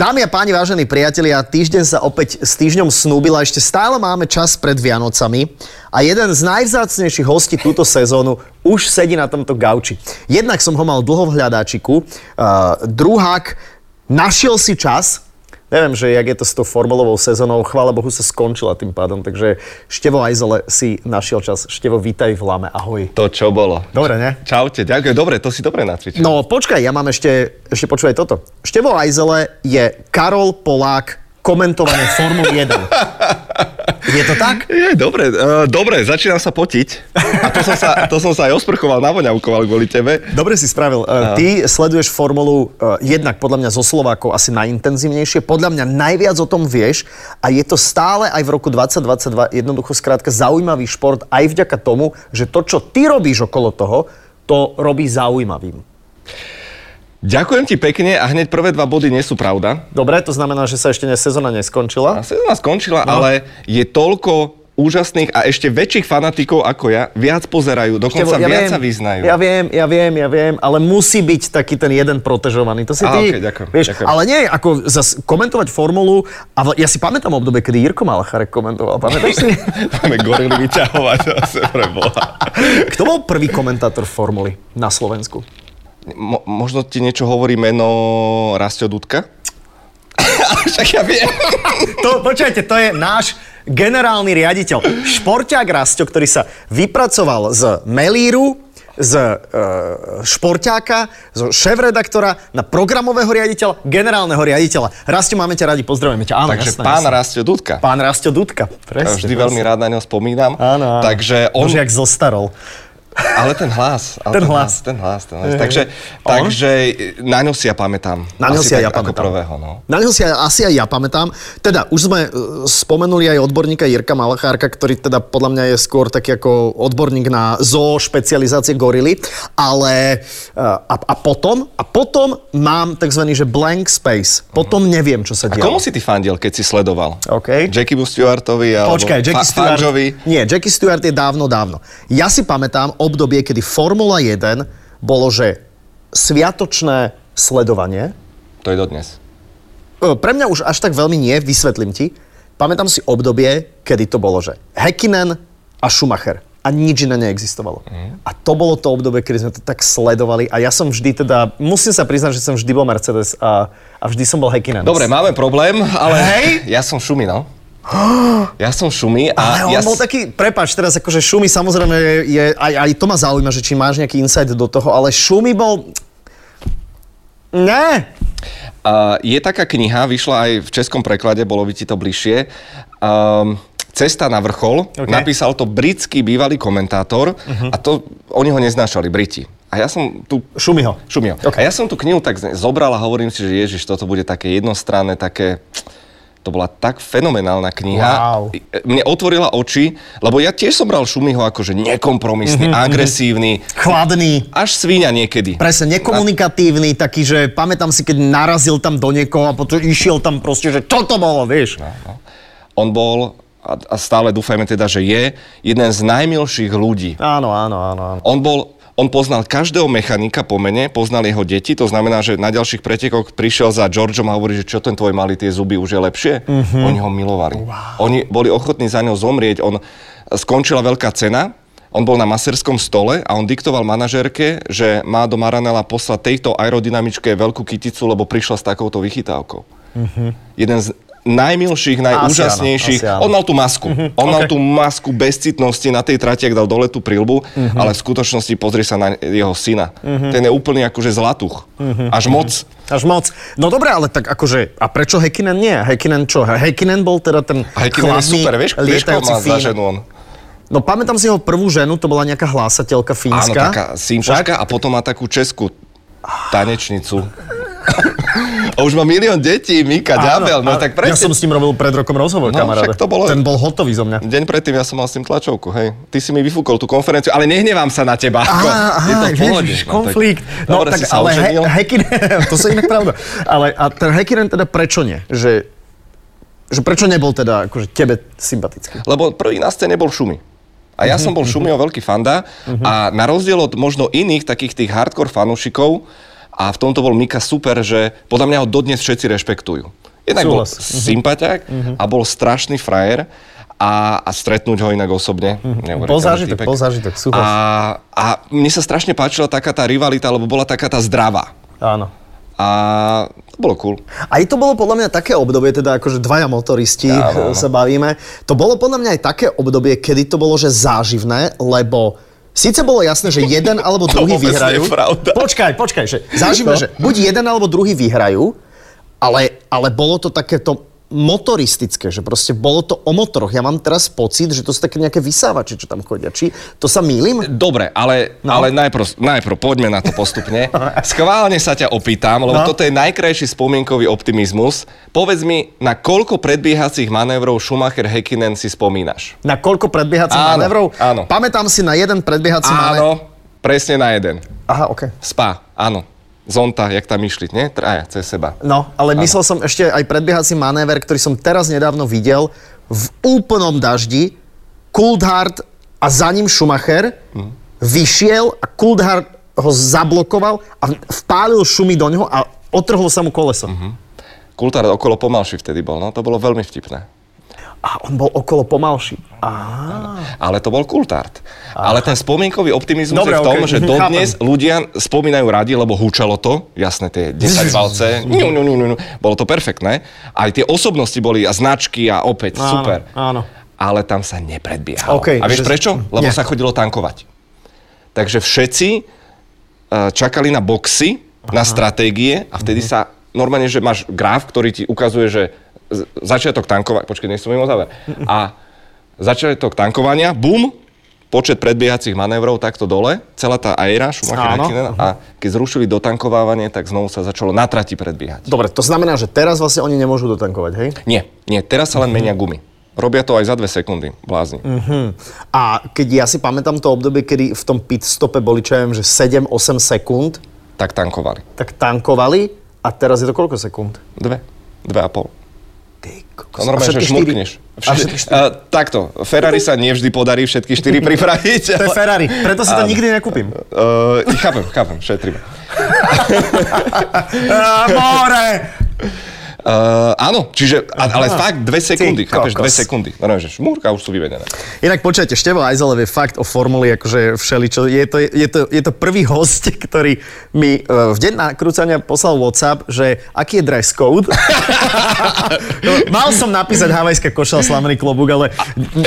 Dámy a páni, vážení priatelia, týždeň sa opäť s týždňom snúbila, ešte stále máme čas pred Vianocami a jeden z najvzácnejších hostí túto sezónu už sedí na tomto gauči. Jednak som ho mal dlho v hľadáčiku, uh, druhák našiel si čas, Neviem, že jak je to s tou formulovou sezónou, chvála Bohu sa skončila tým pádom, takže Števo Ajzole si našiel čas. Števo, vítaj v Lame, ahoj. To čo bolo. Dobre, ne? Čaute, ďakujem. Dobre, to si dobre nacvičil. No počkaj, ja mám ešte, ešte počúvaj toto. Števo Ajzele je Karol Polák komentované Formul 1. Je to tak? Je, dobre, uh, dobre, začínam sa potiť. A to som sa, to som sa aj osprchoval, navoňavkoval kvôli tebe. Dobre si spravil. Uh, ty sleduješ Formulu uh, jednak podľa mňa zo Slovákov asi najintenzívnejšie, podľa mňa najviac o tom vieš a je to stále aj v roku 2022 jednoducho skrátka zaujímavý šport aj vďaka tomu, že to, čo ty robíš okolo toho, to robí zaujímavým. Ďakujem ti pekne a hneď prvé dva body nie sú pravda. Dobre, to znamená, že sa ešte ne, sezóna neskončila. A sezóna skončila, no. ale je toľko úžasných a ešte väčších fanatikov ako ja, viac pozerajú, Števo, dokonca viac sa vyznajú. Ja viem, ja viem, ja viem, ale musí byť taký ten jeden protežovaný. To si Á, ty, okej, ďakujem, vieš, ďakujem. Ale nie, ako zas komentovať formulu, a v- ja si pamätám obdobie, kedy Jirko Malacharek komentoval, pamätáš si? Máme gorily vyťahovať, to sa preboha. Kto bol prvý komentátor formuly na Slovensku? Mo- možno ti niečo hovorí meno Rastio Dudka? Však ja viem. To, počujete, to je náš generálny riaditeľ. Šporťák Rasto, ktorý sa vypracoval z Melíru, z e, šporťáka, zo šéf-redaktora na programového riaditeľa, generálneho riaditeľa. Rasto, máme ťa radi, pozdravujeme ťa. Áno, Takže jasné, pán jasné. Rastio Dudka. Pán Rasto Dudka. Presne, Vždy veľmi rád na ňo spomínam. Áno, áno. Takže on, Bože, jak zostarol. Ale ten hlas. Ale Ten hlas. Ten hlas, ten hlas. Takže, takže na ňo si ja pamätám. Na ňo Asi si aj tak ja pamätám. Ako prvého, no. Na ňo si aj, asi aj ja pamätám. Teda, už sme e, spomenuli aj odborníka Jirka Malachárka, ktorý teda podľa mňa je skôr taký ako odborník na zoo špecializácie gorily, ale e, a, a potom, a potom mám tzv. že blank space. Potom neviem, čo sa Mhm. A deje. komu si ty fandiel, keď si sledoval? OK. Jackie Stewartovi alebo Počkaj, Jackie Fa- Stewart. Fangovi? Nie, Jackie Stewart je dávno, dávno. Ja si pamätám obdobie, kedy Formula 1 bolo, že sviatočné sledovanie, To je dodnes. E, Pre mňa už až tak veľmi nie, vysvetlím ti. Pamätám si obdobie, kedy to bolo, že Hekinen a Schumacher. A nič iné neexistovalo. Mm. A to bolo to obdobie, kedy sme to tak sledovali. A ja som vždy teda, musím sa priznať, že som vždy bol Mercedes a, a vždy som bol Hekinen. Dobre, máme problém, ale Hej! ja som šumi, no. Ja som šumi a Ale on ja bol s- taký, prepač, teraz akože Šumi samozrejme je, je aj, aj to ma zaujíma, že či máš nejaký insight do toho, ale Šumi bol... Ne! A je taká kniha, vyšla aj v českom preklade, bolo by ti to bližšie. Um, Cesta na vrchol, OK. Mhm. okay. napísal to britský bývalý komentátor uh-huh. a to oni ho neznášali, Briti. A ja som tu Šumiho. Šumio. OK. Okay. A ja som tú knihu tak z- zobral a hovorím si, že ježiš, toto bude také jednostranné, také... To bola tak fenomenálna kniha. Wow. I- e, Mne otvorila oči, lebo ja tiež som bral Šumiho akože Mhm, nekompromisný, mm-hmm, agresívny, Chladný. až svíňa niekedy. Presne, nekomunikatívny, taký, že pamätám si, keď narazil tam do niekoho a potom išiel tam proste, že čo to bolo, vieš? No. No. On bol, a, a stále dúfajme teda, že je, jeden z najmilších ľudí. Áno, áno, áno, áno. On bol on poznal každého mechanika po mene, poznal jeho deti, to znamená, že na ďalších pretekoch prišiel za Georgeom a hovorí, že čo ten tvoj malý tie zuby už je lepšie. Mm-hmm. Oni ho milovali. Wow. Oni boli ochotní za ňou zomrieť. On skončila veľká cena, on bol na maserskom stole a on diktoval manažérke, že má do Maranela poslať tejto aerodynamičke veľkú kyticu, lebo prišla s takouto vychytávkou. Mm-hmm. Jeden z najmilších, najúžasnejších. asi áno. Mhm. On mal tú masku. On mal tú masku bezcitnosti na tej trati, ak dal dole tú prilbu, Mhm. ale v skutočnosti pozri sa na jeho syna. Ten je úplný akože zlatuch. Mhm. Až moc. Až moc. No dobre, ale tak akože, a prečo Hekinen nie? Hekinen čo? Hekinen bol teda ten Hekinen je chladný, super, vieš, vieš koho lietajúci má za Fín. ženu on. No pamätám si jeho prvú ženu, to bola nejaká hlásateľka fínska. Áno, taká simpoška a potom má takú českú tanečnicu. A už má milión detí, Mika, ďabel, no tak Ja som predtým... s ním robil pred rokom rozhovor, No, kamaráde. však to bolo- Ten bol hotový zo mňa. Deň predtým ja som mal s tým tlačovku, hej. Ty si mi vyfúkol tú konferenciu, ale nehnevám sa na teba. ako. je to v pohode. ježiš, no, konflikt. Tak, No, dobre, tak, si sa ale he, oženil. Hekinen, to sa inak pravda. Ale a ten Hekinen teda prečo nie? Že, že prečo nebol teda akože tebe sympatický? Lebo prvý na scéne bol Šumi. A ja som bol Mhm. Šumiho veľký fanda a na rozdiel od možno iných takých tých hardcore fanúšikov, a v tomto bol Mika super, že podľa mňa ho dodnes všetci rešpektujú. Jednak bol Súhlas. Mhm. sympatiak a bol strašný frajer a, a stretnúť ho inak osobne. neuveriteľný Mhm. Bol zážitok, týpek. bol zážitok, súhlas. A, a mne sa strašne páčila taká tá rivalita, lebo bola taká tá zdravá. Áno. A to bolo cool. Aj to bolo podľa mňa také obdobie, teda akože dvaja motoristi ja, Áno, áno. sa bavíme. To bolo podľa mňa aj také obdobie, kedy to bolo, že záživné, lebo Sice bolo jasné, že jeden alebo druhý vôbec vyhrajú. nie je pravda. Počkaj, počkaj, že záživné, No. že buď jeden alebo druhý vyhrajú, ale, ale bolo to takéto motoristické, že proste bolo to o motoroch. Ja mám teraz pocit, že to sú také nejaké vysávače, čo tam chodia. Či to sa mýlim? Dobre, ale, no. ale najprv, najprv poďme na to postupne. Schválne sa ťa opýtam, lebo No. no. toto je najkrajší spomienkový optimizmus. Povedz mi, na koľko predbiehacích manévrov Schumacher Hekinen si spomínaš? Na koľko predbiehacích Áno, manévrov? áno. Pamätám si na jeden predbiehací manévr. Áno, presne na jeden. Aha, okej. Spa, áno. Zonta, jak tam išli, nie? Traja, cez seba. No, ale myslel som ešte aj predbiehací manéver, ktorý som teraz nedávno videl v úplnom daždi. Coulthard a za ním Schumacher vyšiel a Coulthard ho zablokoval a v- vpálil šumy do neho a otrhlo sa mu koleso. Kultár okolo pomalší vtedy bol, no to bolo veľmi vtipné. A on bol okolo pomalší. Á, Ale to bol kultart. Ale ten spomienkový optimizmus Dobre, Dobre, je v tom, okej, okay. že mhm, dodnes ľudia spomínajú radi, lebo húčalo to, jasné, tie 10 valce, ňu, ňu, ňu, ňu, ňu. bolo to perfektné. Aj tie osobnosti boli a značky a opäť, Áno, super. áno. Ale tam sa nepredbiehalo. Okej, a že- vieš prečo? Lebo Nie. sa chodilo tankovať. Takže všetci e, čakali na boxy, na stratégie a Mhm. vtedy sa normálne, že máš graf, ktorý ti ukazuje, že z- začiatok tankovania, počkej, nech som mimo záver. A začiatok tankovania, bum, počet predbiehacích manévrov takto dole, celá tá aéra, Schumacher, Áno. Mhm. Häkkinen, a keď zrušili dotankovávanie, tak znovu sa začalo na trati predbiehať. Dobre, to znamená, že teraz vlastne oni nemôžu dotankovať, hej? Nie, nie, teraz Mhm. sa len menia gumy. Robia to aj za dve sekundy, blázni. A keď ja si pamätám to obdobie, kedy v tom pitstope boli, čo ja viem, že 7-8 sekúnd, Tak tankovali. tak tankovali a teraz je to koľko sekúnd? Dve, dve a pol. Ty kokos. To normálne, A všetky že štyri- šmurkneš. A všetky Všetky, uh, takto, Ferrari sa nevždy podarí všetky štyri pripraviť. To je ale- Ferrari, preto si to Áno. nikdy nekúpim. Uh, chápem, chápem, E, šetríme. more! Uh, áno, čiže, a, ale fakt dve sekundy, Ty chápeš, dve kokos. sekundy. Normálne, že šmúrka už sú vyvedené. Inak počujete, Števo Ajzelev je fakt o formuli akože všeličo. Je to, je to, je to prvý host, ktorý mi e, v deň nakrúcania poslal Whatsapp, že aký je dress code. No, Mal som napísať havajská košela, slamený klobúk, ale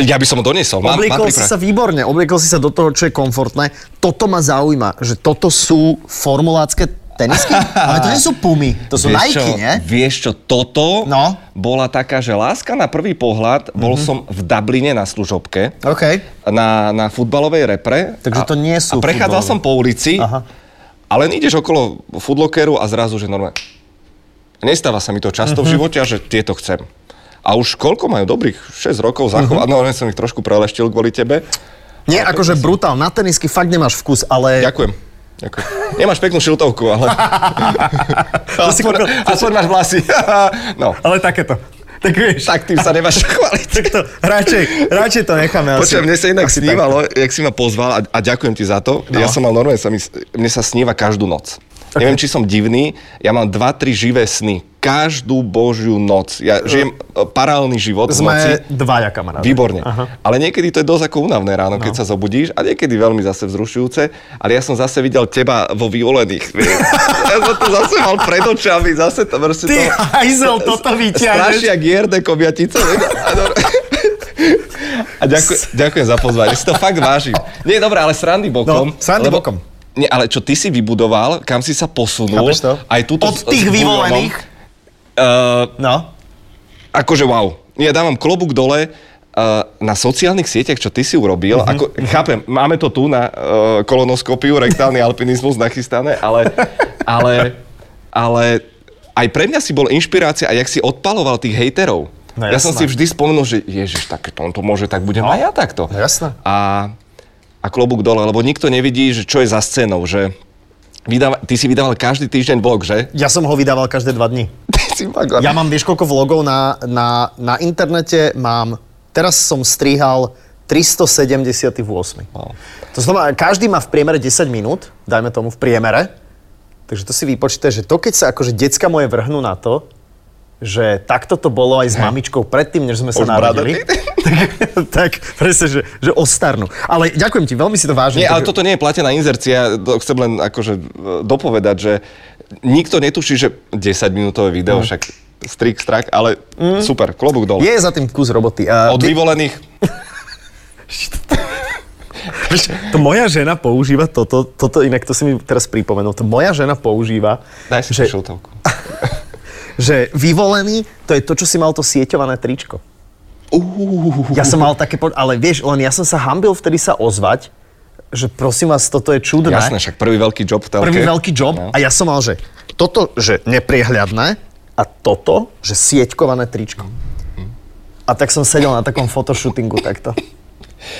Ja by som ho doniesol, mám, mám obliekol si sa pripravené. výborne, obliekol si sa do toho, čo je komfortné. Toto ma zaujíma, že toto sú formulácké tenisky, ale to nie sú pumy, to sú Nike, Vieš čo, nie? Vieš čo, toto No. Mhm. bola taká, že láska na prvý pohľad, bol som v Dubline na služobke. OK. na, na futbalovej repre. Takže to nie sú A prechádzal futbalové. som po ulici, Aha. Aha. ale ideš okolo foodlockeru a zrazu, že normálne... Nestáva sa mi to často v živote a že tieto chcem. A už koľko majú dobrých 6 rokov zachovať, no len som ich trošku preleštil kvôli tebe. Nie, akože brutál, na tenisky fakt nemáš vkus, ale... Ďakujem. Ďakujem. Nemáš peknú šiltovku, ale... To si aspoň, kúpil- to si- aspoň máš vlasy. no, Ale takéto. Tak vieš, tak tým sa nemáš chváliť. tak to radšej, radšej to necháme Počujem, mne sa inak asi snívalo, jak si ma pozval a, a ďakujem ti za to. No. Ja som mal normálne, sa mi, mne sa sníva každú noc. Okay. Neviem, či som divný, ja mám 2-3 živé sny. Každú božiu noc. Ja žijem e, paralelný život v noci. Hm. Sme dvaja kamaráti. Výborne. Ale niekedy to je dosť ako únavné ráno, No. keď sa zobudíš a niekedy veľmi zase vzrušujúce, ale ja som zase videl teba vo vyvolených. vieš. ja som to zase mal pred očami, zase to proste Ty to... hajzel, toto vyťahneš. Strašia Gierde Kobiatice. A, dobre. a ďakujem, ďakujem za pozvanie, si to fakt vážim. Nie, dobre, ale srandy bokom. No, srandy bokom. Nie, ale čo ty si vybudoval, kam si sa posunul. Chápeš to? Aj túto Od tých vyvolených. Uh, No. akože wow. Ja dávam klobúk dole Uh, na sociálnych sieťach, čo ty si urobil, Mhm. uh-huh. ako, chápem, máme to tu na uh, kolonoskopiu, rektálny alpinizmus nachystané, ale, ale, ale aj pre mňa si bol inšpirácia, a jak si odpaloval tých No, hejterov. No, ja som jasné. si vždy spomenul, že ježiš, tak keď on to môže, tak budem aj ja takto. No, jasné. A, a klobúk dole, lebo nikto nevidí, že čo je za scénou, že vydáva, ty si vydával každý týždeň blog, že? Ja som ho vydával každé dva dni. Ty si fakt- Ja mám vieš koľko vlogov na, na, na internete, mám, teraz som strihal 378. Wow. To znamená, každý má v priemere 10 minút, dajme tomu v priemere, takže to si vypočítaj, že to keď sa akože decka moje vrhnú na to, že takto to bolo aj s mamičkou predtým, než sme sa Už narodili. Tak, tak presne, že, že ostarnú. Ale ďakujem ti, veľmi si to vážim. Nie, ale takže- toto nie je platená inzercia, to chcem len akože e, dopovedať, že nikto netuší, že 10-minútové video, však strik, strak, ale super, klobúk Hm. dole. Je za tým kus roboty. Uh, Od vyvolených, Vieš, to moja žena používa toto, toto inak to si mi teraz pripomenul, to moja žena používa, daj si že, že... šiltovku. že vyvolený, to je to, čo si mal to sieťované tričko. Ja som mal také, po- ale vieš, len ja som sa hambil vtedy sa ozvať, že prosím vás, toto je čudné. Jasné, však prvý veľký job v telke. Prvý veľký job No. a ja som mal, že toto, že nepriehľadné a toto, že sieťkované tričko. Mm, A tak som sedel na takom fotoshootingu takto.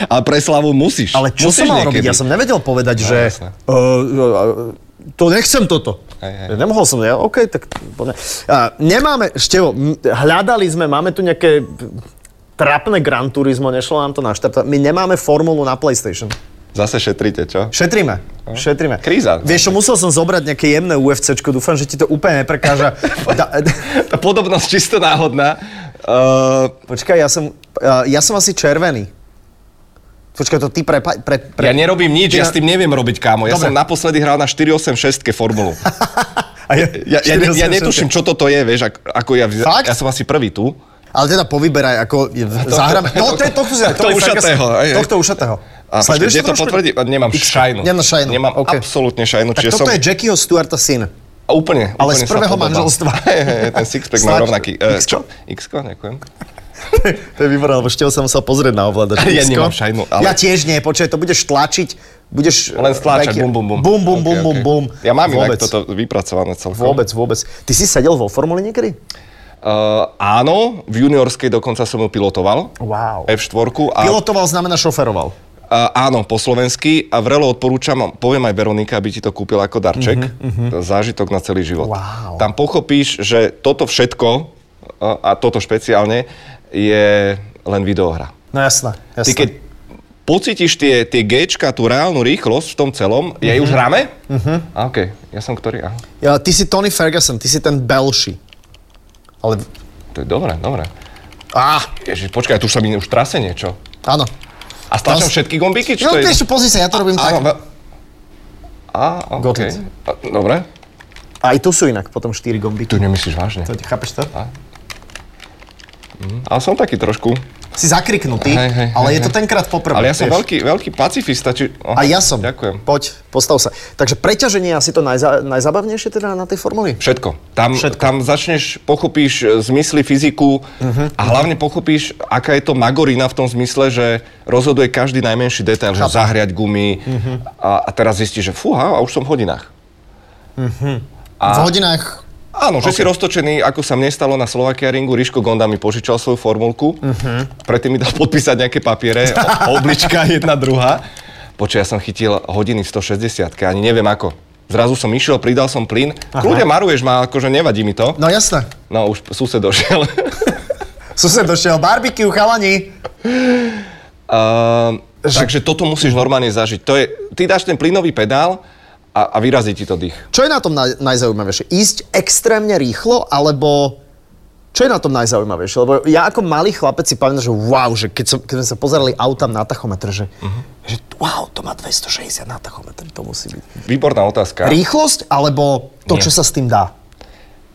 Ale pre slavu musíš. Ale čo som musíš mal niekedy. No, robiť? Ja som nevedel povedať, že jasné. uh, uh, to nechcem toto. Hej, hej. Ja Nemohol som, ja, OK, tak poďme. A nemáme, Števo, m- hľadali sme, máme tu nejaké trapné Gran Turismo, nešlo nám to naštartovať. My nemáme formulu na PlayStation. Zase šetrite, čo? Šetríme, šetríme. Kríza. Vieš čo, musel som zobrať nejaké jemné UFCčko, dúfam, že ti to úplne neprekáža. Da, Tá podobnosť čisto náhodná. Uh, počkaj, ja som, uh, ja som asi červený. Počkaj, to ty pre... pre, pre ja nerobím nič, Ty ja na- s tým neviem robiť, kámo. Ja Dobre. som naposledy hral na 486 formulu. A Ja, ja, ne- ja netuším, čo toto je, vieš, ak- ako ja... Fakt? Ja som asi prvý tu. Ale teda povyberaj, ako zahráme. To, to, je tohto, tohto ušatého, hej, hej. Tohto ušatého. A počkaj, kde to trošku? potvrdí? Nemám šajnu. Nemá šajnu, Nemám OK. absolútne šajnu. Tak čiže toto som... je Jackieho Stewarta syn. A Úplne, Ale z úplne prvého sa podobá. manželstva. Hej, hej, hej, ten sixpack má Slač- rovnaký. E, X-ko? čo? X-ko, ďakujem. To je výborné, lebo ešte som sa musel pozrieť na ovládač. Ja Disko. nemám šajnu, ale- Ja tiež nie, počkaj, to budeš tlačiť, budeš... Len stláčať, Taký- bum, bum, bum. Bum, bum, Ok, bum, ok. bum, bum. Ja mám inak vôbec, toto vypracované celkom. Vôbec, vôbec. Ty si sedel vo formule niekedy? Uh, áno, v juniorskej dokonca som ju pilotoval. Wow. F4. A, Pilotoval znamená šoferoval. a, áno, po slovensky. A vrelo odporúčam, poviem aj Veronika, aby ti to kúpila ako darček. To je Zážitok na celý život. Mhm, Wow. Tam pochopíš, že toto všetko, uh, a toto špeciálne, je len videohra. No jasné, jasné. Ty keď pocítiš tie, tie Gčka, tú reálnu rýchlosť v tom celom, je Mhm. už hráme? Uh-huh. A okej, ja som ktorý, aha. Ja, ty si Tony Ferguson, ty si ten belší. Ale... To je dobré, dobré. Á, Ježiš, počkaj, tu už sa mi už trase niečo. áno. A Tam stlačam s- všetky gombíky, či No to je... vieš, čo, pozri sa, ja to robím Áno, tak. ve- Á, okej. Gotlitz. A, Dobre. Aj tu sú inak potom štyri gombíky. Tu nemyslíš vážne. To- Chápeš to? Ale som taký trošku. Si zakriknutý, Hej, hej, ale hej, je to hej. tenkrát poprvé. Ale ja som vieš. veľký, veľký pacifista, či... A Aha, ja som. Ďakujem. Poď, postav sa. Takže preťaženie je asi to najza- najzabavnejšie teda na tej formuli? Všetko. Tam, Všetko. Všetko. tam začneš, pochopíš e, zmysly fyziku uh-huh. a hlavne pochopíš, aká je to magorina v tom zmysle, že rozhoduje každý najmenší detail, že Chápem. zahriať gumy uh-huh. a, a teraz zistíš, že fúha, a už som v hodinách. V hodinách Áno, že si roztočený, ako sa mne stalo na Slovakia ringu, Ríško Gonda mi požičal svoju formulku, uh-huh. predtým mi dal podpísať nejaké papiere, o- oblička jedna, druhá. Počkaj, ja som chytil hodiny v 160 ani neviem ako. Zrazu som išiel, pridal som plyn. Kľudia maruješ ma, akože nevadí mi to. No jasné. No už sused došiel. Sused došiel, barbecue, chalani. Ehm, takže toto musíš normálne zažiť. To je, ty dáš ten plynový pedál a, a vyrazí ti to dých. Čo je na tom naj- najzaujímavejšie? Ísť extrémne rýchlo, alebo čo je na tom najzaujímavejšie? Lebo ja ako malý chlapec si pamätám, že wow, že keď, som, keď sme sa pozerali autám na tachometr, že, Mhm. že wow, to má 260 na tachometr, to musí byť. Výborná otázka. Rýchlosť, alebo to, Nie. čo sa s tým dá?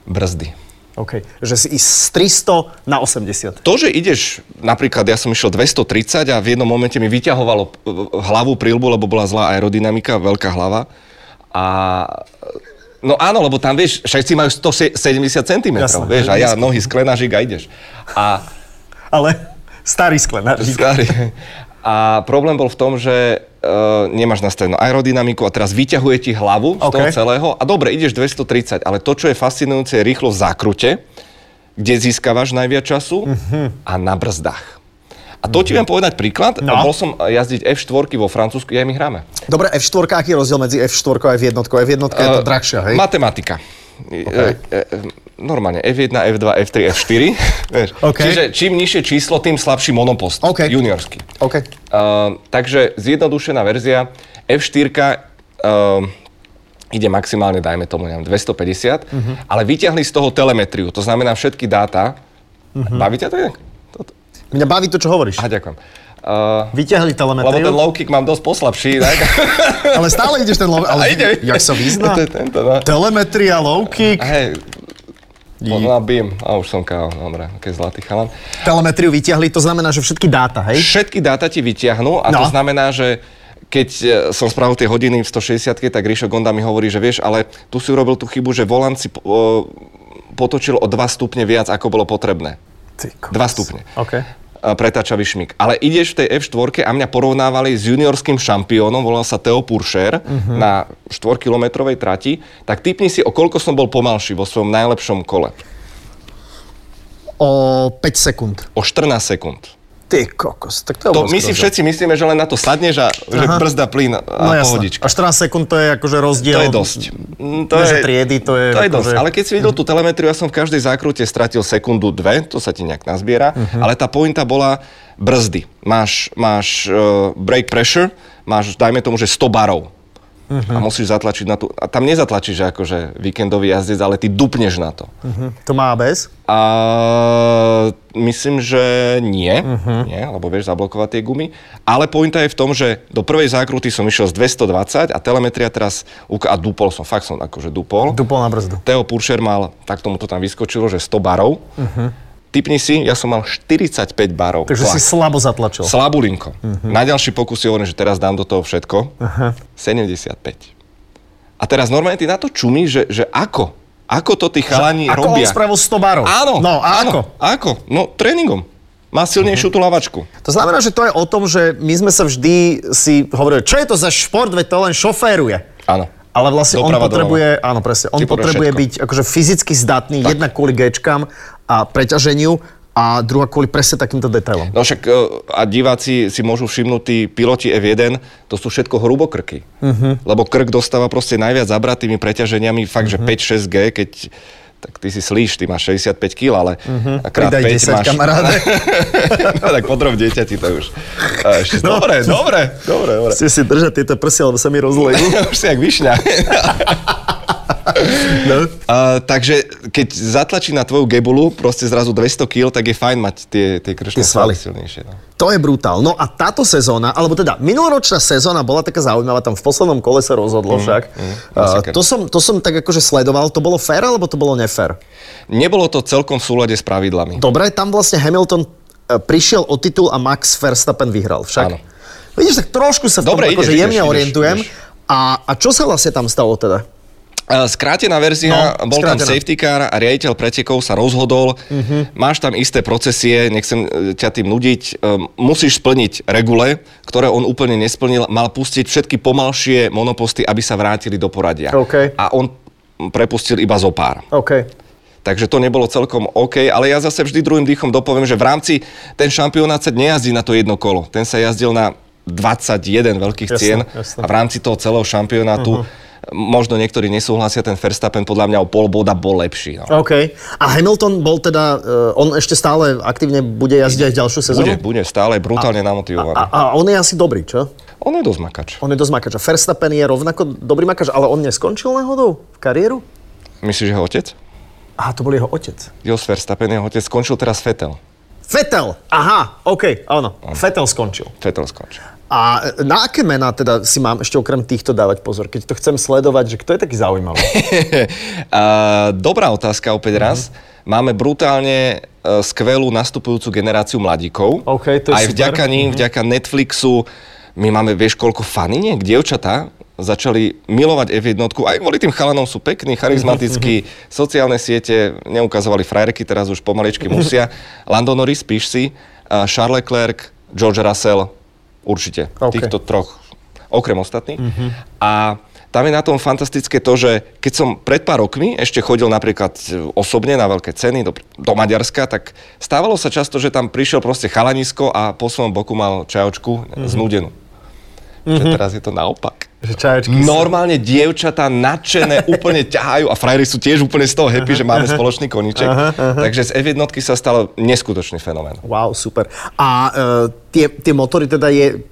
Brzdy. OK. Že si ísť z 300 na 80. To, že ideš, napríklad ja som išiel 230 a v jednom momente mi vyťahovalo p- hlavu prílbu, lebo bola zlá aerodynamika, veľká hlava. A No áno, lebo tam, vieš, všetci majú 170 cm, Jasné. vieš, a ja nohy sklenažík a ideš. A Ale starý sklenár. Starý. A problém bol v tom, že uh, nemáš nastavenú aerodynamiku a teraz vyťahuje ti hlavu OK. z okay. toho celého a dobre, ideš 230, ale to, čo je fascinujúce, je rýchlo v zákrute, kde získavaš najviac času a na brzdách. A to ti viem povedať príklad. Mhm. No. No. Bol som jazdiť F4 vo Francúzsku, ja im ich hráme. Dobre, F4, aký je rozdiel medzi F4 a F1? F1 je Eh, to drahšia, hej? Matematika. Okay. E, e, normálne F1, F2, F3, F4. vieš. OK. Čiže čím nižšie číslo, tým slabší monopost OK. juniorský. OK. Uh, takže zjednodušená verzia F4 uh, ide maximálne, dajme tomu, neviem, 250, Mhm. ale vyťahli z toho telemetriu, to znamená všetky dáta. Mhm. Baví ťa to inak? Toto. Mňa baví to, čo hovoríš. Aha, ďakujem. Uh, Vyťahli lebo ten telemetriu, low kick mám dosť poslabší, tak? ale stále ideš ten low... Ale ide. jak sa vyzná? to je tento, no. Telemetria, low kick. Hej, no, bim, a už som kávo, dobre, keď zlatý chalan. Telemetriu vyťahli, to znamená, že všetky dáta, hej? Všetky dáta ti vyťahnú a No. no. to znamená, že keď e, som spravil tie hodiny v 160 tak Rišo Gonda mi hovorí, že vieš, ale tu si urobil tú chybu, že volant si po- o, potočil o 2 stupne viac, ako bolo potrebné. Ty kokos. 2 stupne. OK. A Pretáčavý šmik. Ale ideš v tej F4 a mňa porovnávali s juniorským šampiónom, volal sa Theo Puršer, Mhm. na 4-kilometrovej trati, tak typni si, o koľko som bol pomalší vo svojom najlepšom kole. O 5 sekúnd. O 14 sekúnd. Ty kokos, tak to je To obrovský my si rozdiel. všetci myslíme, že len na to sadneš a že Aha. brzda plyn a No no, jasné. pohodička. A 14 sekúnd to je akože rozdiel. To je dosť. Mm, To je, triedy, to je... To je dosť, akože- ale keď si videl tú telemetriu, ja som v každej zákrute stratil sekundu, dve, to sa ti nejak nazbiera, Mhm. ale tá pointa bola brzdy. Máš, máš uh, brake pressure, máš, dajme tomu, že 100 barov. Mhm. A musíš zatlačiť na tú... A tam nezatlačíš akože víkendový jazdec, ale ty dupneš na to. Mhm. To má ABS? A myslím, že nie, uh-huh. Mhm. nie, lebo vieš zablokovať tie gumy. Ale pointa je v tom, že do prvej zákruty som išiel z 220 a telemetria teraz, uka- a dupol som, fakt som akože dupol. Dupol na brzdu. Teo Puršer mal, tak tomu to tam vyskočilo, že 100 barov. Uh-huh. Typni si, ja som mal 45 barov. Mhm. Takže si Mhm. slabo zatlačil. Slabulinko. Uh-huh. Na ďalší pokus si hovorím, že teraz dám do toho všetko. Uh-huh. 75. A teraz normálne ty na to čumíš, že, že ako? Ako to tí chalani Ako on robia? spravil 100 barov. Áno. No, a áno, ako? Mhm. Ako? No, tréningom. Má silnejšiu tú lavačku. To znamená, že to je o tom, že my sme sa vždy si hovorili, čo je to za šport, veď to len šoféruje. Áno. Ale vlastne on Doprava potrebuje, áno presne, on Ty potrebuješ potrebuje všetko. byť akože fyzicky zdatný, tak. jedna kvôli Gčkám a preťaženiu a druhá kvôli presne takýmto detailom. No však e, a diváci si môžu všimnúť, tí piloti F1, to sú všetko hrubokrky. Uh-huh. Mhm. Lebo krk dostáva proste najviac zabratými preťaženiami, fakt, uh-huh. že 5-6G, keď tak ty si slíš, ty máš 65 kg, ale uh-huh. krát Mhm. Pridaj 10, 5 máš... kamaráde. no tak podrob dieťa ti to už. A ešte, No. Dobre, dobre, dobre, dobre. Chcete si držať tieto prsia, lebo sa mi rozlejú. už si jak vyšňa. No. Uh, takže keď zatlačí na tvoju gebulu proste zrazu 200 kg, tak je fajn mať tie, tie krčné Tie svaly. silnejšie. No. To je brutál. No a táto sezóna, alebo teda minuloročná sezóna bola taká zaujímavá, tam v poslednom kole sa Mhm, rozhodlo však. A masaker. to, som, to som tak akože sledoval, to bolo fér alebo to bolo nefér? Nebolo to celkom v súlade s pravidlami. Dobre, tam vlastne Hamilton e, prišiel o titul a Max Verstappen vyhral však. Áno. Vidíš, tak trošku sa v Dobre, tom akože ideš, ideš, jemne ideš, orientujem. ideš. A, a čo sa vlastne tam stalo teda? Uh, Skrátená verzia, No, no, bol tam skrátená. Mhm. safety car a riaditeľ pretekov sa rozhodol, uh-huh. máš tam isté procesie, nechcem e, ťa tým nudiť, um, musíš splniť regule, ktoré on úplne nesplnil, mal pustiť všetky pomalšie monoposty, aby sa vrátili do poradia. OK. A on prepustil iba zo pár. OK. Takže to nebolo celkom OK, ale ja zase vždy druhým dýchom dopoviem, že v rámci ten šampionát sa nejazdí na to jedno kolo. Ten sa jazdil na 21 veľkých Jasné, cien jasné. Mhm. a v rámci toho celého šampionátu uh-huh. možno niektorí nesúhlasia, ten Verstappen podľa mňa o pol boda bol lepší. No. OK. A Hamilton bol teda, e, on ešte stále aktívne bude jazdiť aj ďalšiu sezónu? Bude, bude stále brutálne A, namotivovaný. a on je asi dobrý, čo? On je dosť makač. On je dosť makač. A Verstappen je rovnako dobrý makač, ale on neskončil náhodou v kariéru? Myslíš, že jeho otec? Aha, to bol jeho otec. Jos Verstappen, jeho otec, skončil teraz Fetel. Fetel! Aha, OK, áno. Fetel skončil. Fetel skončil. A e, na aké mená teda si mám ešte okrem týchto dávať pozor, keď to chcem sledovať, že kto je taký zaujímavý? A, dobrá otázka Mhm. opäť raz. Máme brutálne e, skvelú nastupujúcu generáciu mladíkov. OK, to je Aj super. Mhm. vďaka ním, vďaka Netflixu. My máme, vieš, koľko faniniek, dievčatá začali milovať F1, aj kvôli tým chalanom sú pekní, charizmatickí, sociálne siete neukazovali frajerky, teraz už pomaličky musia. Lando Norris, píš si, a Charles Leclerc, George Russell, určite. OK. Týchto troch okrem ostatných. Uh-huh. A tam je na tom fantastické to, že keď som pred pár rokmi ešte chodil napríklad e, osobne na veľké ceny do, do Maďarska, tak stávalo sa často, že tam prišiel proste chalanisko a po svojom boku mal čajočku mm-hmm. znúdenú. Mm-hmm. Že teraz je to naopak. Že čajočky sú- Normálne dievčatá nadšené úplne ťahajú a frajeri sú tiež úplne z toho happy, že máme spoločný koníček. Takže z F1 sa stalo neskutočný fenomén. Wow, super. A e, tie, tie motory teda je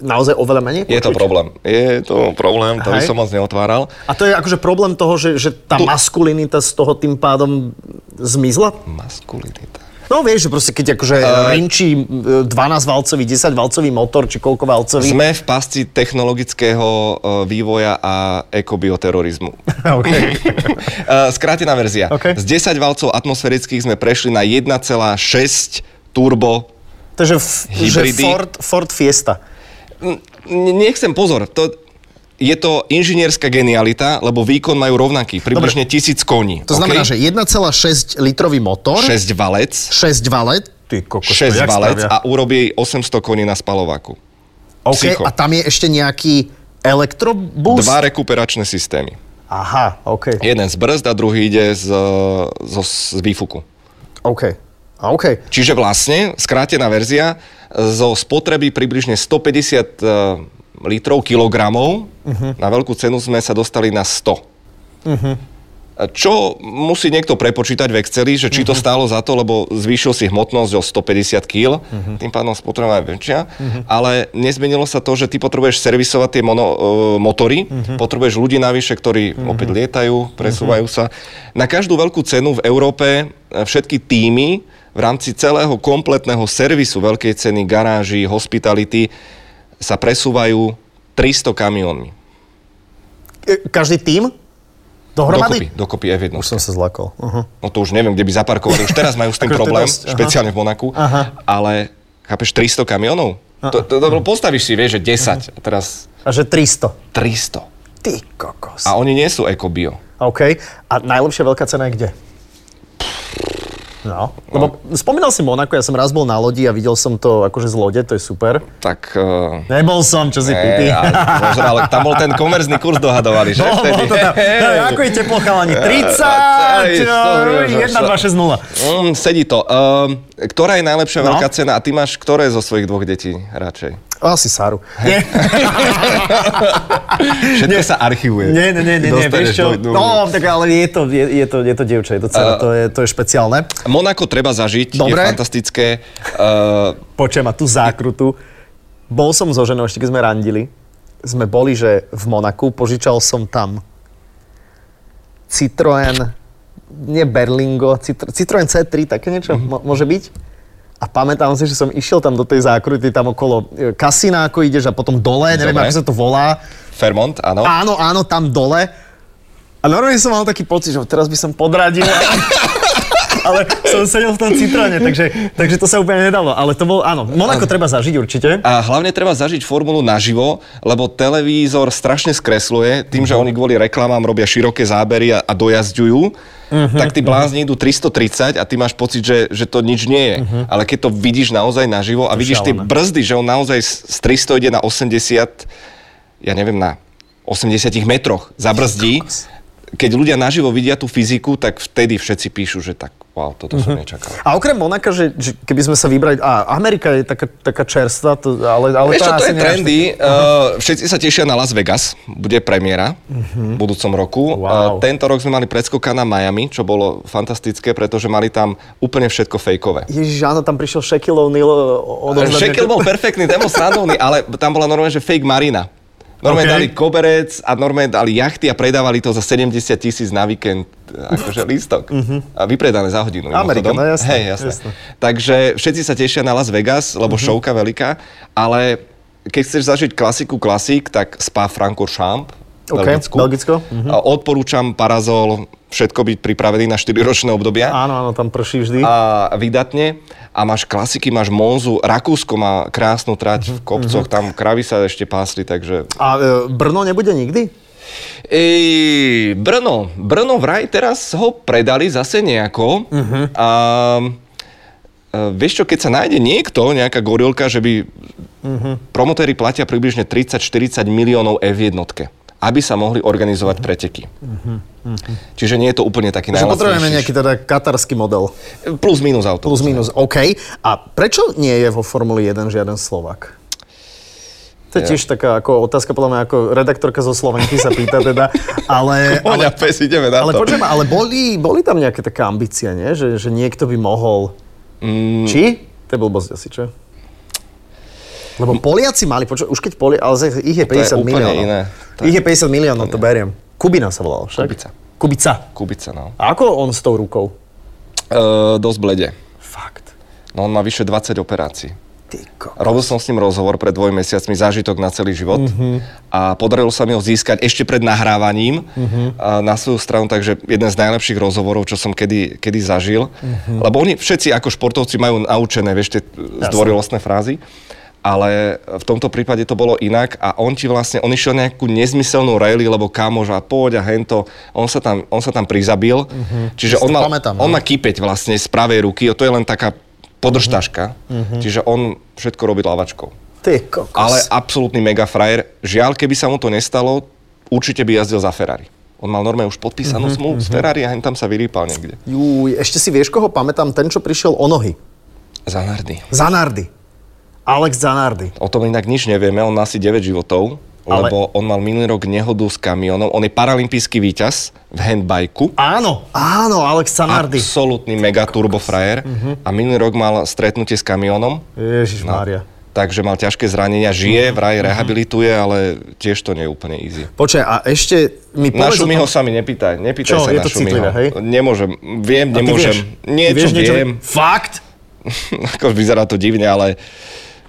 naozaj oveľa menej? Je to problém. Je to problém, to Hej. by som moc neotváral. A to je akože problém toho, že, že tá Tu- maskulinita z toho tým pádom zmizla? Maskulinita. No vieš, že proste keď akože E- uh, rinčí 12-valcový, 10-valcový motor, či koľko-valcový. Sme v pasci technologického e, vývoja a ekobioterorizmu. okay. E, Skrátená verzia. OK. Z 10 valcov atmosférických sme prešli na 1,6 turbo. Takže f, že Hybridy. Ford, Ford Fiesta. N- n- Nechcem pozor, to je to inžinierská genialita, lebo výkon majú rovnaký, približne 1000 koní. To znamená, že 1,6 litrový motor, 6 valec, 6 valet, Ty kokos, 6 valec a urobí 800 koní na spalováku. okay, psycho. a tam je ešte nejaký elektrobus? Dva rekuperačné systémy. Aha, OK. Jeden z brzd a druhý ide z, zo, z výfuku. OK. A OK. E, Čiže vlastne, skrátená verzia, zo spotreby približne 150 e, litrov, kilogramov, uh-huh. na veľkú cenu sme sa dostali na 100. Uh-huh. Čo musí niekto prepočítať v Exceli, že či to stálo za to, lebo zvýšil si hmotnosť o 150 kg, uh-huh. tým pádom spotreba je väčšia, uh-huh. ale nezmenilo sa to, že ty potrebuješ servisovať tie mono, e, motory, uh-huh. potrebuješ ľudí navyše, ktorí uh-huh. opäť lietajú, presúvajú uh-huh. sa. Na každú veľkú cenu v Európe e, všetky týmy v rámci celého kompletného servisu veľkej ceny, garáží, hospitality sa presúvajú 300 kamiónmi. E, Každý tým? Dohromady? Dokopy, dokopy F1. Už som sa zlakol. Uh-huh. No to už neviem, kde by zaparkovali. Už teraz majú s tým Akože to je problém, dosť, aha. špeciálne v Monaku. Aha. Ale chápeš, 300 kamionov? To, to, to, postavíš si, vieš, že 10 a teraz A že 300. 300. Ty kokos. A oni nie sú ekobio. OK. A najlepšia veľká cena je kde? No. Lebo spomínal si Monako, ja som raz bol na lodi a videl som to akože z lode, to je super. Tak... Uh... Nebol som, čo si pipi. ale tam bol ten komerzný kurz dohadovali, že? Bol, bol to tam. No, ako je teplo, chalani? 30, Ej, čo, sorry, že- 1, 2, 6, 0. Mm, sedí to. Ehm, ktorá je najlepšia No. veľká cena? A ty máš ktoré zo svojich dvoch detí radšej? Asi Saru. Nie, Všetko sa archivuje. nie, nie, nie, nie, nie Dostaneš vieš čo? dvoj- dvoj- No, tak ale je to, je, je to, je to dievča, je to dcera, to, je, to je špeciálne. Monako treba zažiť, Dobre. je fantastické. Ehm, Počujem a tú zákrutu. Bol som so ženou, ešte keď sme randili. Sme boli, že v Monaku, požičal som tam Citroen, nie Berlingo, Citro, Citroen C3, také niečo Mhm. mm-hmm. môže byť. A pamätám si, že som išiel tam do tej zákruty, tam okolo e, kasína, ako ideš a potom dole, neviem, Dobre. ako sa to volá. Fairmont, áno. Áno, áno, tam dole. A normálne som mal taký pocit, že teraz by som podradil. Ale som sedel v tom citróne, takže, takže to sa úplne nedalo. Ale to bol, áno, Monako treba zažiť určite. A hlavne treba zažiť formulu naživo, lebo televízor strašne skresluje tým, že oni kvôli reklamám robia široké zábery a, a dojazďujú, tak tí blázni idú 330 a ty máš pocit, že, že to nič nie je. Ale keď to vidíš naozaj naživo a vidíš tie šialené. brzdy, že on naozaj z z 300 ide na 80, ja neviem, na 80 metroch zabrzdí, keď ľudia naživo vidia tú fyziku, tak vtedy všetci píšu, že tak wow, toto som nečakal. A okrem Monaka, že, že keby sme sa vybrali, a Amerika je taká, taká čerstvá, to, ale, ale Vieš to, čo, to asi je nemáš trendy. Uh, všetci sa tešia na Las Vegas. Bude premiéra v budúcom roku. Wow. Eh, tento rok sme mali predskoka na Miami, čo bolo fantastické, pretože mali tam úplne všetko fejkové. tak- Ježiš, áno, tam prišiel Shaquille O'Neal. eh, o- odovzdať niečo. Šekel bol perfektný, ten bol srandovný, ale tam bola normálne, že fake marina. OK. Normálne dali koberec a normálne dali jachty a predávali to za 70 tisíc na víkend eh, akože lístok. A vypredané za hodinu. Mhm. Amerika, mimochodom. no jasné, Hej, jasné. jasné. Mhm. Takže všetci sa tešia na Las Vegas, lebo šovka veľká, ale keď chceš zažiť klasiku klasik, tak Spa Francorchamps, OK, Belgicku. Belgicko, Mhm. A Odporúčam Parazol, všetko byť pripravený na 4-ročné obdobia Áno, áno, tam prší vždy. a vydatne a máš klasiky, máš Monzu, Rakúsko má krásnu trať v kopcoch, tam kravy sa ešte pásli, takže... A e, Brno nebude nikdy? Ej, Brno, Brno vraj teraz ho predali zase nejako a e, vieš čo, keď sa nájde niekto, nejaká gorilka, že by Mm-hmm. Promotéri platia približne 30-40 miliónov F jednotke, aby sa mohli organizovať preteky. Mm-hmm. Čiže nie je to úplne taký Že najlacnejší. potrebujeme nejaký teda katarský model. Plus minus auto. Plus, minus, OK. A prečo nie je vo Formuli 1 žiaden Slovak? To je tiež taká ako otázka, podľa mňa, ako redaktorka zo Slovenky sa pýta teda, ale... ale Poňa, pes, ideme na ale to. počujem, ale boli, boli tam nejaké také ambície, nie? Že, že niekto by mohol... Mm. Či? To je blbosť asi, čo? Lebo Poliaci mali, počuť, už keď Poli, ale zase ich je 50 úplne miliónov. iné. To je Ich je 50 miliónov, to beriem. Kubina sa volal však. Kubica. Kubica. Kubica, no. A ako on s tou rukou? E, dosť blede. Fakt. No on má vyše 20 operácií. Ty ko... Robil som s ním rozhovor pred dvoj mesiacmi, zážitok na celý život Mhm. mm-hmm. a podarilo sa mi ho získať ešte pred nahrávaním Mhm. mm-hmm. na svoju stranu, takže jeden z najlepších rozhovorov, čo som kedy, kedy zažil. Mhm. Mm-hmm. Lebo oni všetci ako športovci majú naučené, vieš, tie zdvorilostné frázy, ale v tomto prípade to bolo inak a on ti vlastne, on išiel nejakú nezmyselnú rally, lebo kamož a poď a hento, on sa tam, on sa tam prizabil. Ja Čiže si to on, mal, pamätám, on no. má kypeť vlastne z pravej ruky, to je len taká podržtaška, čiže on všetko robí lavačkou. Ty kokos. Ale absolútny mega frajer. Žiaľ, keby sa mu to nestalo, určite by jazdil za Ferrari. On mal normálne už podpísanú zmluvu z Ferrari a hen tam sa vyrýpal niekde. Júj, ešte si vieš, koho pamätám? Ten, čo prišiel o nohy. Za Nardy. Zanardy. Alex Zanardy. O tom inak nič nevieme, on má asi 9 životov, Ale- lebo on mal minulý rok nehodu s kamionom. On je paralympijský víťaz v handbajku. Áno, áno, Alex Zanardy. Absolutný mega turbo frajer. A minulý rok mal stretnutie s kamionom. Ježiš No. Mária. Takže mal ťažké zranenia, Mhm. žije, vraj rehabilituje, ale tiež to nie je úplne easy. Počkaj, a ešte mi povedz... o Našu tom- mi ho sami nepýtaj, nepýtaj Čo, sa je na to Šumiho. citlivé, hej? Nemôžem, A viem, ty nemôžem. vieš? Ty Niečo vieš niečo? viem, Fakt? ako vyzerá to divne, ale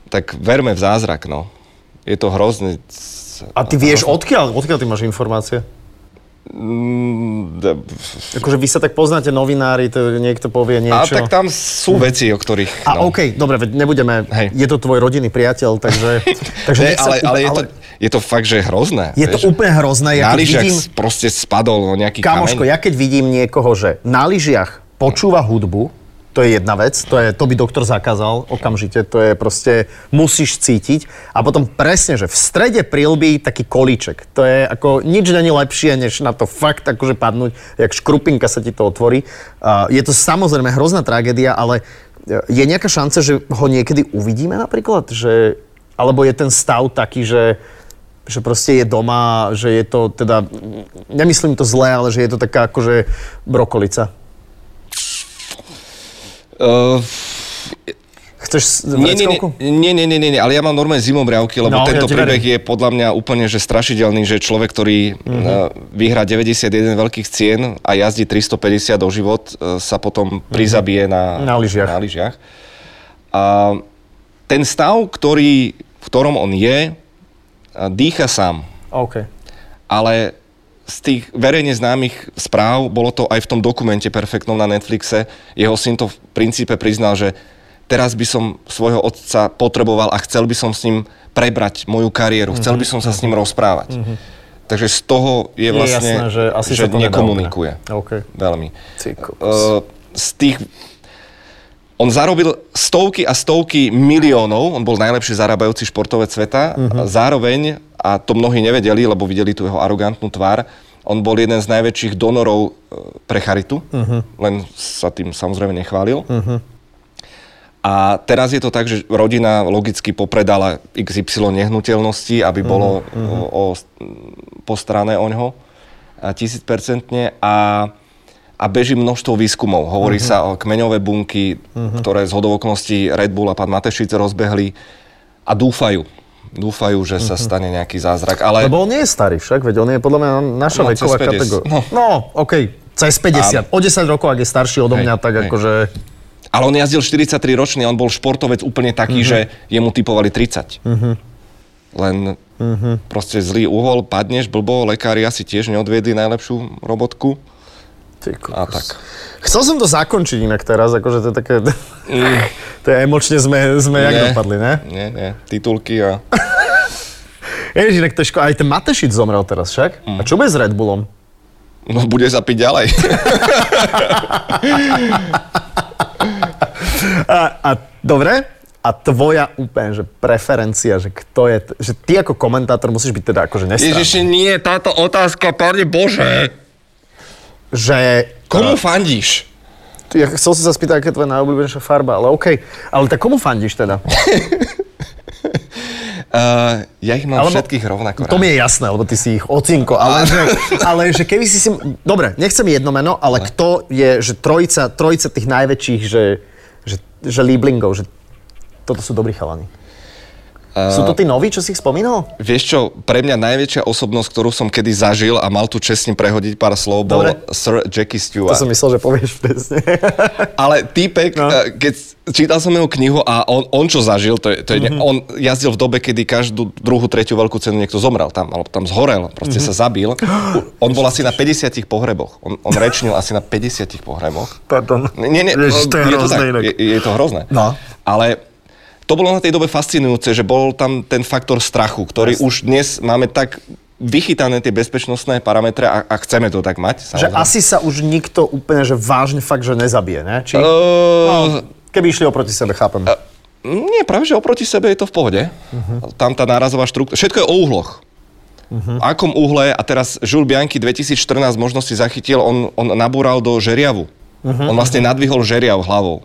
tak verme v zázrak, no. Je to hrozne... A ty vieš, odkiaľ, odkiaľ ty máš informácie? Akože vy sa tak poznáte, novinári, to niekto povie A niečo. Mhm. tak tam sú veci, o ktorých... no. A OK, dobre, veď nebudeme, Hej. je to tvoj rodinný priateľ, takže... takže Ne, nech sa ale, úplne- ale, je, to, je to fakt, že hrozné. je to vieš. úplne hrozné, ja Na keď lyžiach vidím... proste spadol o nejaký Kamoško, kameň. ja keď vidím niekoho, že na lyžiach počúva hudbu, to je jedna vec, to, je, to by doktor zakázal okamžite, to je proste, musíš cítiť. A potom presne, že v strede prilby taký kolíček. To je ako, nič není lepšie, než na to fakt akože padnúť, jak škrupinka sa ti to otvorí. A je to samozrejme hrozná tragédia, ale e, je nejaká šanca, že ho niekedy uvidíme napríklad? Že, alebo je ten stav taký, že že proste je doma, že je to teda, nemyslím to zle, ale že je to taká akože brokolica. Uh, Chceš s- Nie, nie, vreckovku? nie, nie, nie, nie, nie, ale ja mám normálne zimomriavky, lebo No, no, ja tento ti príbeh je podľa mňa úplne že strašidelný, že človek, Mhm. ktorý mm-hmm. vyhrá 91 veľkých cien a jazdí 350 do život, e, sa potom prizabije na, Mhm. Na lyžiach. na lyžiach. A ten stav, ktorý, v ktorom on je, e, dýcha sám. OK. Ale z tých verejne známych správ, bolo to aj v tom dokumente perfektnom na Netflixe, jeho syn to v princípe priznal, že teraz by som svojho otca potreboval a chcel by som s ním prebrať moju kariéru, chcel by som sa s ním rozprávať. Takže z toho Mhm. je Je vlastne, jasné, že asi sa to nedá nekomunikuje úplne. OK. veľmi. Ty kokos. Uh, z tých... On zarobil stovky a stovky miliónov, on bol najlepší zarábajúci športovec sveta, a zároveň, a to mnohí nevedeli, lebo videli tú jeho arogantnú tvár, on bol jeden z najväčších donorov e, pre charitu, len sa tým samozrejme nechválil. A teraz je to tak, že rodina logicky popredala XY nehnuteľnosti, aby bolo o, o, postrané o ňoho a tisícpercentne a, a beží množstvo výskumov. Hovorí sa o kmeňové bunky, ktoré z hodovokonosti Red Bull a pán Matešic rozbehli a dúfajú. Dúfajú, že sa stane nejaký zázrak. Ale Lebo on nie je starý však, veď on je podľa mňa naša No, cez veková 50. kategória. No. no, OK. Cez 50. O 10 rokov, ak je starší odo Hej, mňa, tak hej. akože... Ale on jazdil 43 ročný, on bol športovec úplne Mhm. taký, že jemu typovali 30. Len Mhm. proste zlý uhol, padneš blbo, lekári asi tiež neodviedli najlepšiu robotku Ty kokos. a tak. Chcel som to zakončiť inak teraz, akože to je také... to je emočne sme, sme jak Mm, Nie. dopadli, ne? Nie, nie, titulky a... Ježiš, inak to je ško... Aj ten Matešic zomrel teraz však. Mm. A čo bude s Red Bullom? No bude zapiť ďalej. A, a dobre, a tvoja úplne, že preferencia, že kto je, t- že ty ako komentátor musíš byť teda akože nestranný. Ježiši, nie, táto otázka, páne Bože. Že, Komu fandíš? Ty, ja chcel som sa spýtať, aká je tvoja najobľúbenejšia farba, ale okej. Ale tak komu fandíš teda? Uh, ja ich mám Alebo- všetkých rovnako To mi je jasné, lebo ty si ich ocinko, ale, že, ale že keby si si... Dobre, nechcem jedno meno, ale kto je, že trojica, trojica tých najväčších, že, že, že líblingov, že toto sú dobrí chalani. Sú to tí noví, čo si ich spomínal? Vieš čo, pre mňa najväčšia osobnosť, ktorú som kedy zažil a mal tu čest s ním prehodiť pár slov, bol Dobre. Sir Jackie To Stewart. som myslel, že povieš presne. Ale týpek, No. no. keď čítal som jeho knihu a on, on čo zažil, to je, to je mm-hmm. Mhm. on jazdil v dobe, kedy každú druhú, tretiu veľkú cenu niekto zomrel tam, alebo tam zhorel, proste Mhm. mm-hmm. sa zabil. On bol asi na 50 pohreboch. On, on rečnil asi na 50 pohreboch. Pardon. Nie, nie, Ježiš, to je to hrozné tak, inak. Je, je to hrozné. No. Ale to bolo na tej dobe fascinujúce, že bol tam ten faktor strachu, ktorý Jasne. už dnes máme tak vychytané tie bezpečnostné parametre a, a chceme to tak mať. Že samozrejme. asi sa už nikto úplne, že vážne fakt, že nezabije, ne? Či, No. Eh, keby išli oproti sebe, chápem. Ehm. mm, Nie, práve že oproti sebe je to v pohode. Uh-huh. Tam tá nárazová štruktúra, všetko je o uhloch. Uh-huh. V akom uhle, a teraz Jules Bianchi 2014 možno si zachytil, on, on nabúral do žeriavu. Uh-huh. On vlastne nadvihol žeriav hlavou.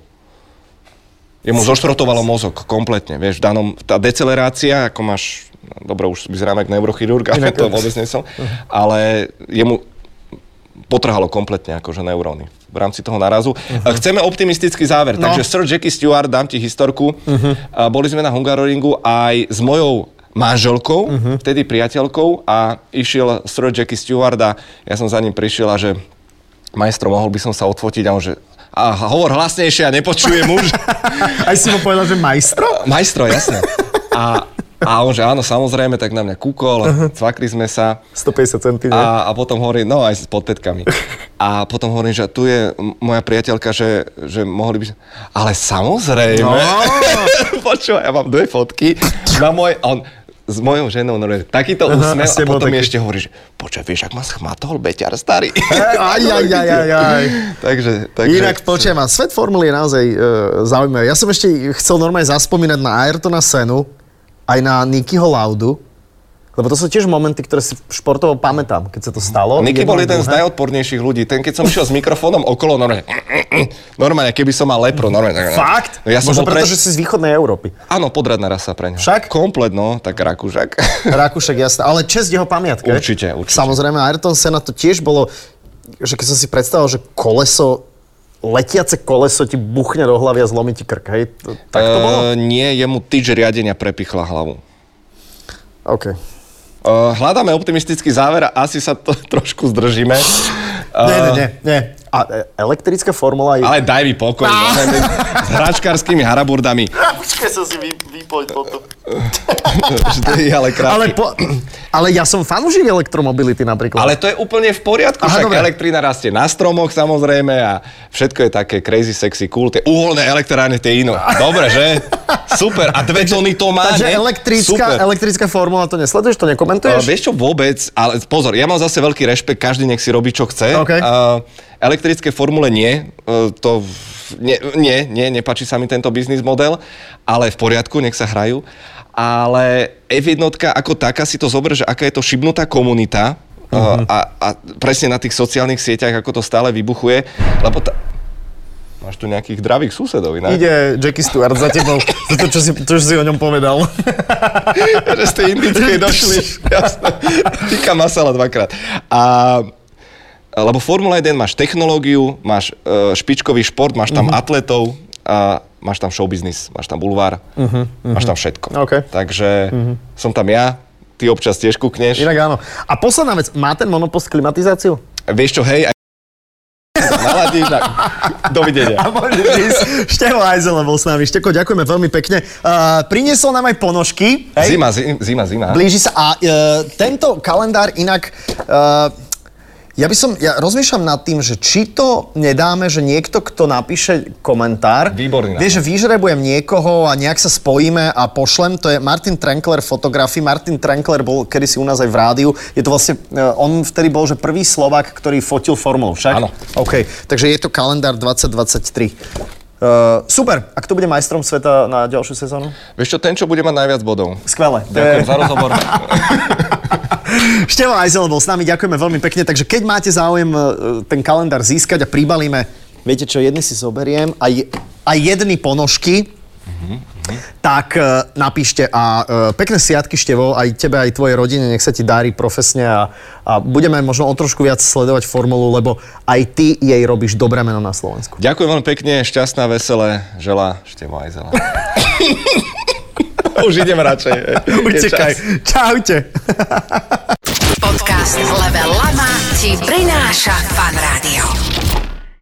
Jemu zoštrotovalo mozog kompletne, vieš, v danom, tá decelerácia, ako máš, dobro, už vyzerám jak neurochirurg, ale Inak- to vôbec nie som, ale jemu potrhalo kompletne akože neuróny v rámci toho narazu. Uh-huh. Chceme optimistický záver, no. takže Sir Jackie Stewart, dám ti historku. Uh-huh. Boli sme na Hungaroringu aj s mojou manželkou, uh-huh. vtedy priateľkou a išiel Sir Jackie Stewart a ja som za ním prišiel a že majstro, mohol by som sa odfotiť a on že a hovor hlasnejšie, ja nepočujem už. Aj si mu povedal, že majstro? majstro, jasne. A, a on že áno, samozrejme, tak na mňa kúkol, uh-huh. cvakli sme sa. 150 cm. A... A, a potom hovorí, no aj s podpätkami. A potom hovorí, že tu je m- moja priateľka, že, že mohli by... Ale samozrejme. No. Počúvaj, ja mám dve fotky. Na môj, a on s mojou ženou, no, takýto Aha, úsmev a s a, tebou potom taký. mi ešte hovorí, že počkaj, vieš, ak ma schmatol, beťar starý. Aj, aj, aj, aj, aj. takže, takže... Inak počujem vás, svet formuly je naozaj e, zaujímavý. Ja som ešte chcel normálne zaspomínať na Ayrtona Senu, aj na Nikyho Laudu, lebo to sú tiež momenty, ktoré si športovo pamätám, keď sa to stalo. Niky Jedno bol aj jeden z druhé. najodpornejších ľudí. Ten, keď som išiel s mikrofónom okolo, normálne, normálne, keby som mal lepro, normálne. Fakt? Ja som Možno bol pre... preto, že si z východnej Európy. Áno, podradná rasa pre ňa. Však? Komplet, no, tak Rakúžak. Rakúšek, jasné. Ale čest jeho pamiatke. Určite, určite. Samozrejme, Ayrton Senna to tiež bolo, že keď som si predstavoval, že koleso, letiace koleso ti buchne do hlavy a zlomí ti krk, hej? To, tak to bolo? Eh, nie, jemu tyč riadenia prepichla hlavu. OK. eh, Uh, hľadáme optimistický záver a asi sa to trošku zdržíme. Uh, nie, nie, nie. A e, elektrická formula je... Ale daj mi pokoj. no, S hračkárskymi haraburdami. Ah! Počkaj, som si vy, vypoť potom. Že to je ale krásne. Ale, po, ale ja som fanúšik elektromobility napríklad. Ale to je úplne v poriadku, Aha, Aha, však dobre. elektrina rastie na stromoch samozrejme a všetko je také crazy, sexy, cool. Tie uholné elektrárne, tie ino. Dobre, že? Super. A dve tony to má, Takže ne? elektrická, Super. elektrická formula, to nesleduješ, to Uh, nekomentuješ? vieš čo vôbec, ale pozor, ja mám zase veľký rešpekt, každý nech si robí, čo chce. OK. Uh, elektrické formule nie, uh, to v- nie, nie, nie, nepáči sa mi tento biznis model, ale v poriadku, nech sa hrajú. Ale F1 ako taká si to zober, že aká je to šibnutá komunita uh, Mhm. a, a presne na tých sociálnych sieťach, ako to stále vybuchuje, lebo tá... Máš tu nejakých dravých susedov inak. Ide Jackie Stewart za tebou, za to, čo si, čo si o ňom povedal. že ste indické došli. Jasné. Tika masala dvakrát. A lebo Formula 1 máš technológiu, máš e, špičkový šport, máš tam Mhm. atletov, a máš tam showbiznis, máš tam bulvár, máš tam všetko. Mhm, OK. Mhm. Takže som tam ja, ty občas tiež kúkneš. Inak áno. A posledná vec, má ten monopost klimatizáciu? Vieš čo, hej, aj naladíš na... Dovidenia. môže ísť. Števo Hajzele bol s nami. Šteko, ďakujeme veľmi pekne. Uh, priniesol nám aj ponožky. Hej. Zima, zi- zima, zima. Blíži sa. A uh, tento kalendár inak... Uh, ja by som, ja rozmýšľam nad tým, že či to nedáme, že niekto, kto napíše komentár, Výborný vieš, že vyžrebujem niekoho a nejak sa spojíme a pošlem, to je Martin Trenkler fotografii. Martin Trenkler bol kedysi u nás aj v rádiu. Je to vlastne, e, on vtedy bol, že prvý Slovak, ktorý fotil formou, však? Áno. OK, takže je to kalendár 2023. Uh, super. A kto bude majstrom sveta na ďalšiu sezónu? Vieš čo, ten, čo bude mať najviac bodov. Skvelé. To je- Ďakujem za rozhovor. Števo Ajzel bol s nami, ďakujeme veľmi pekne. Takže keď máte záujem e, ten kalendár získať a pribalíme, viete čo, jedny si zoberiem a, je, a jedny ponožky, tak e, napíšte a e, pekné sviatky Števo, aj tebe, aj tvojej rodine, nech sa ti darí profesne a, a budeme možno o trošku viac sledovať formulu, lebo aj ty jej robíš dobré meno na Slovensku. Ďakujem veľmi pekne, šťastná, veselé, želá Števo Ajzela. Už idem radšej. Je čas. Utekaj. Čaute. Podcast Level Lama ti prináša Fan Rádio.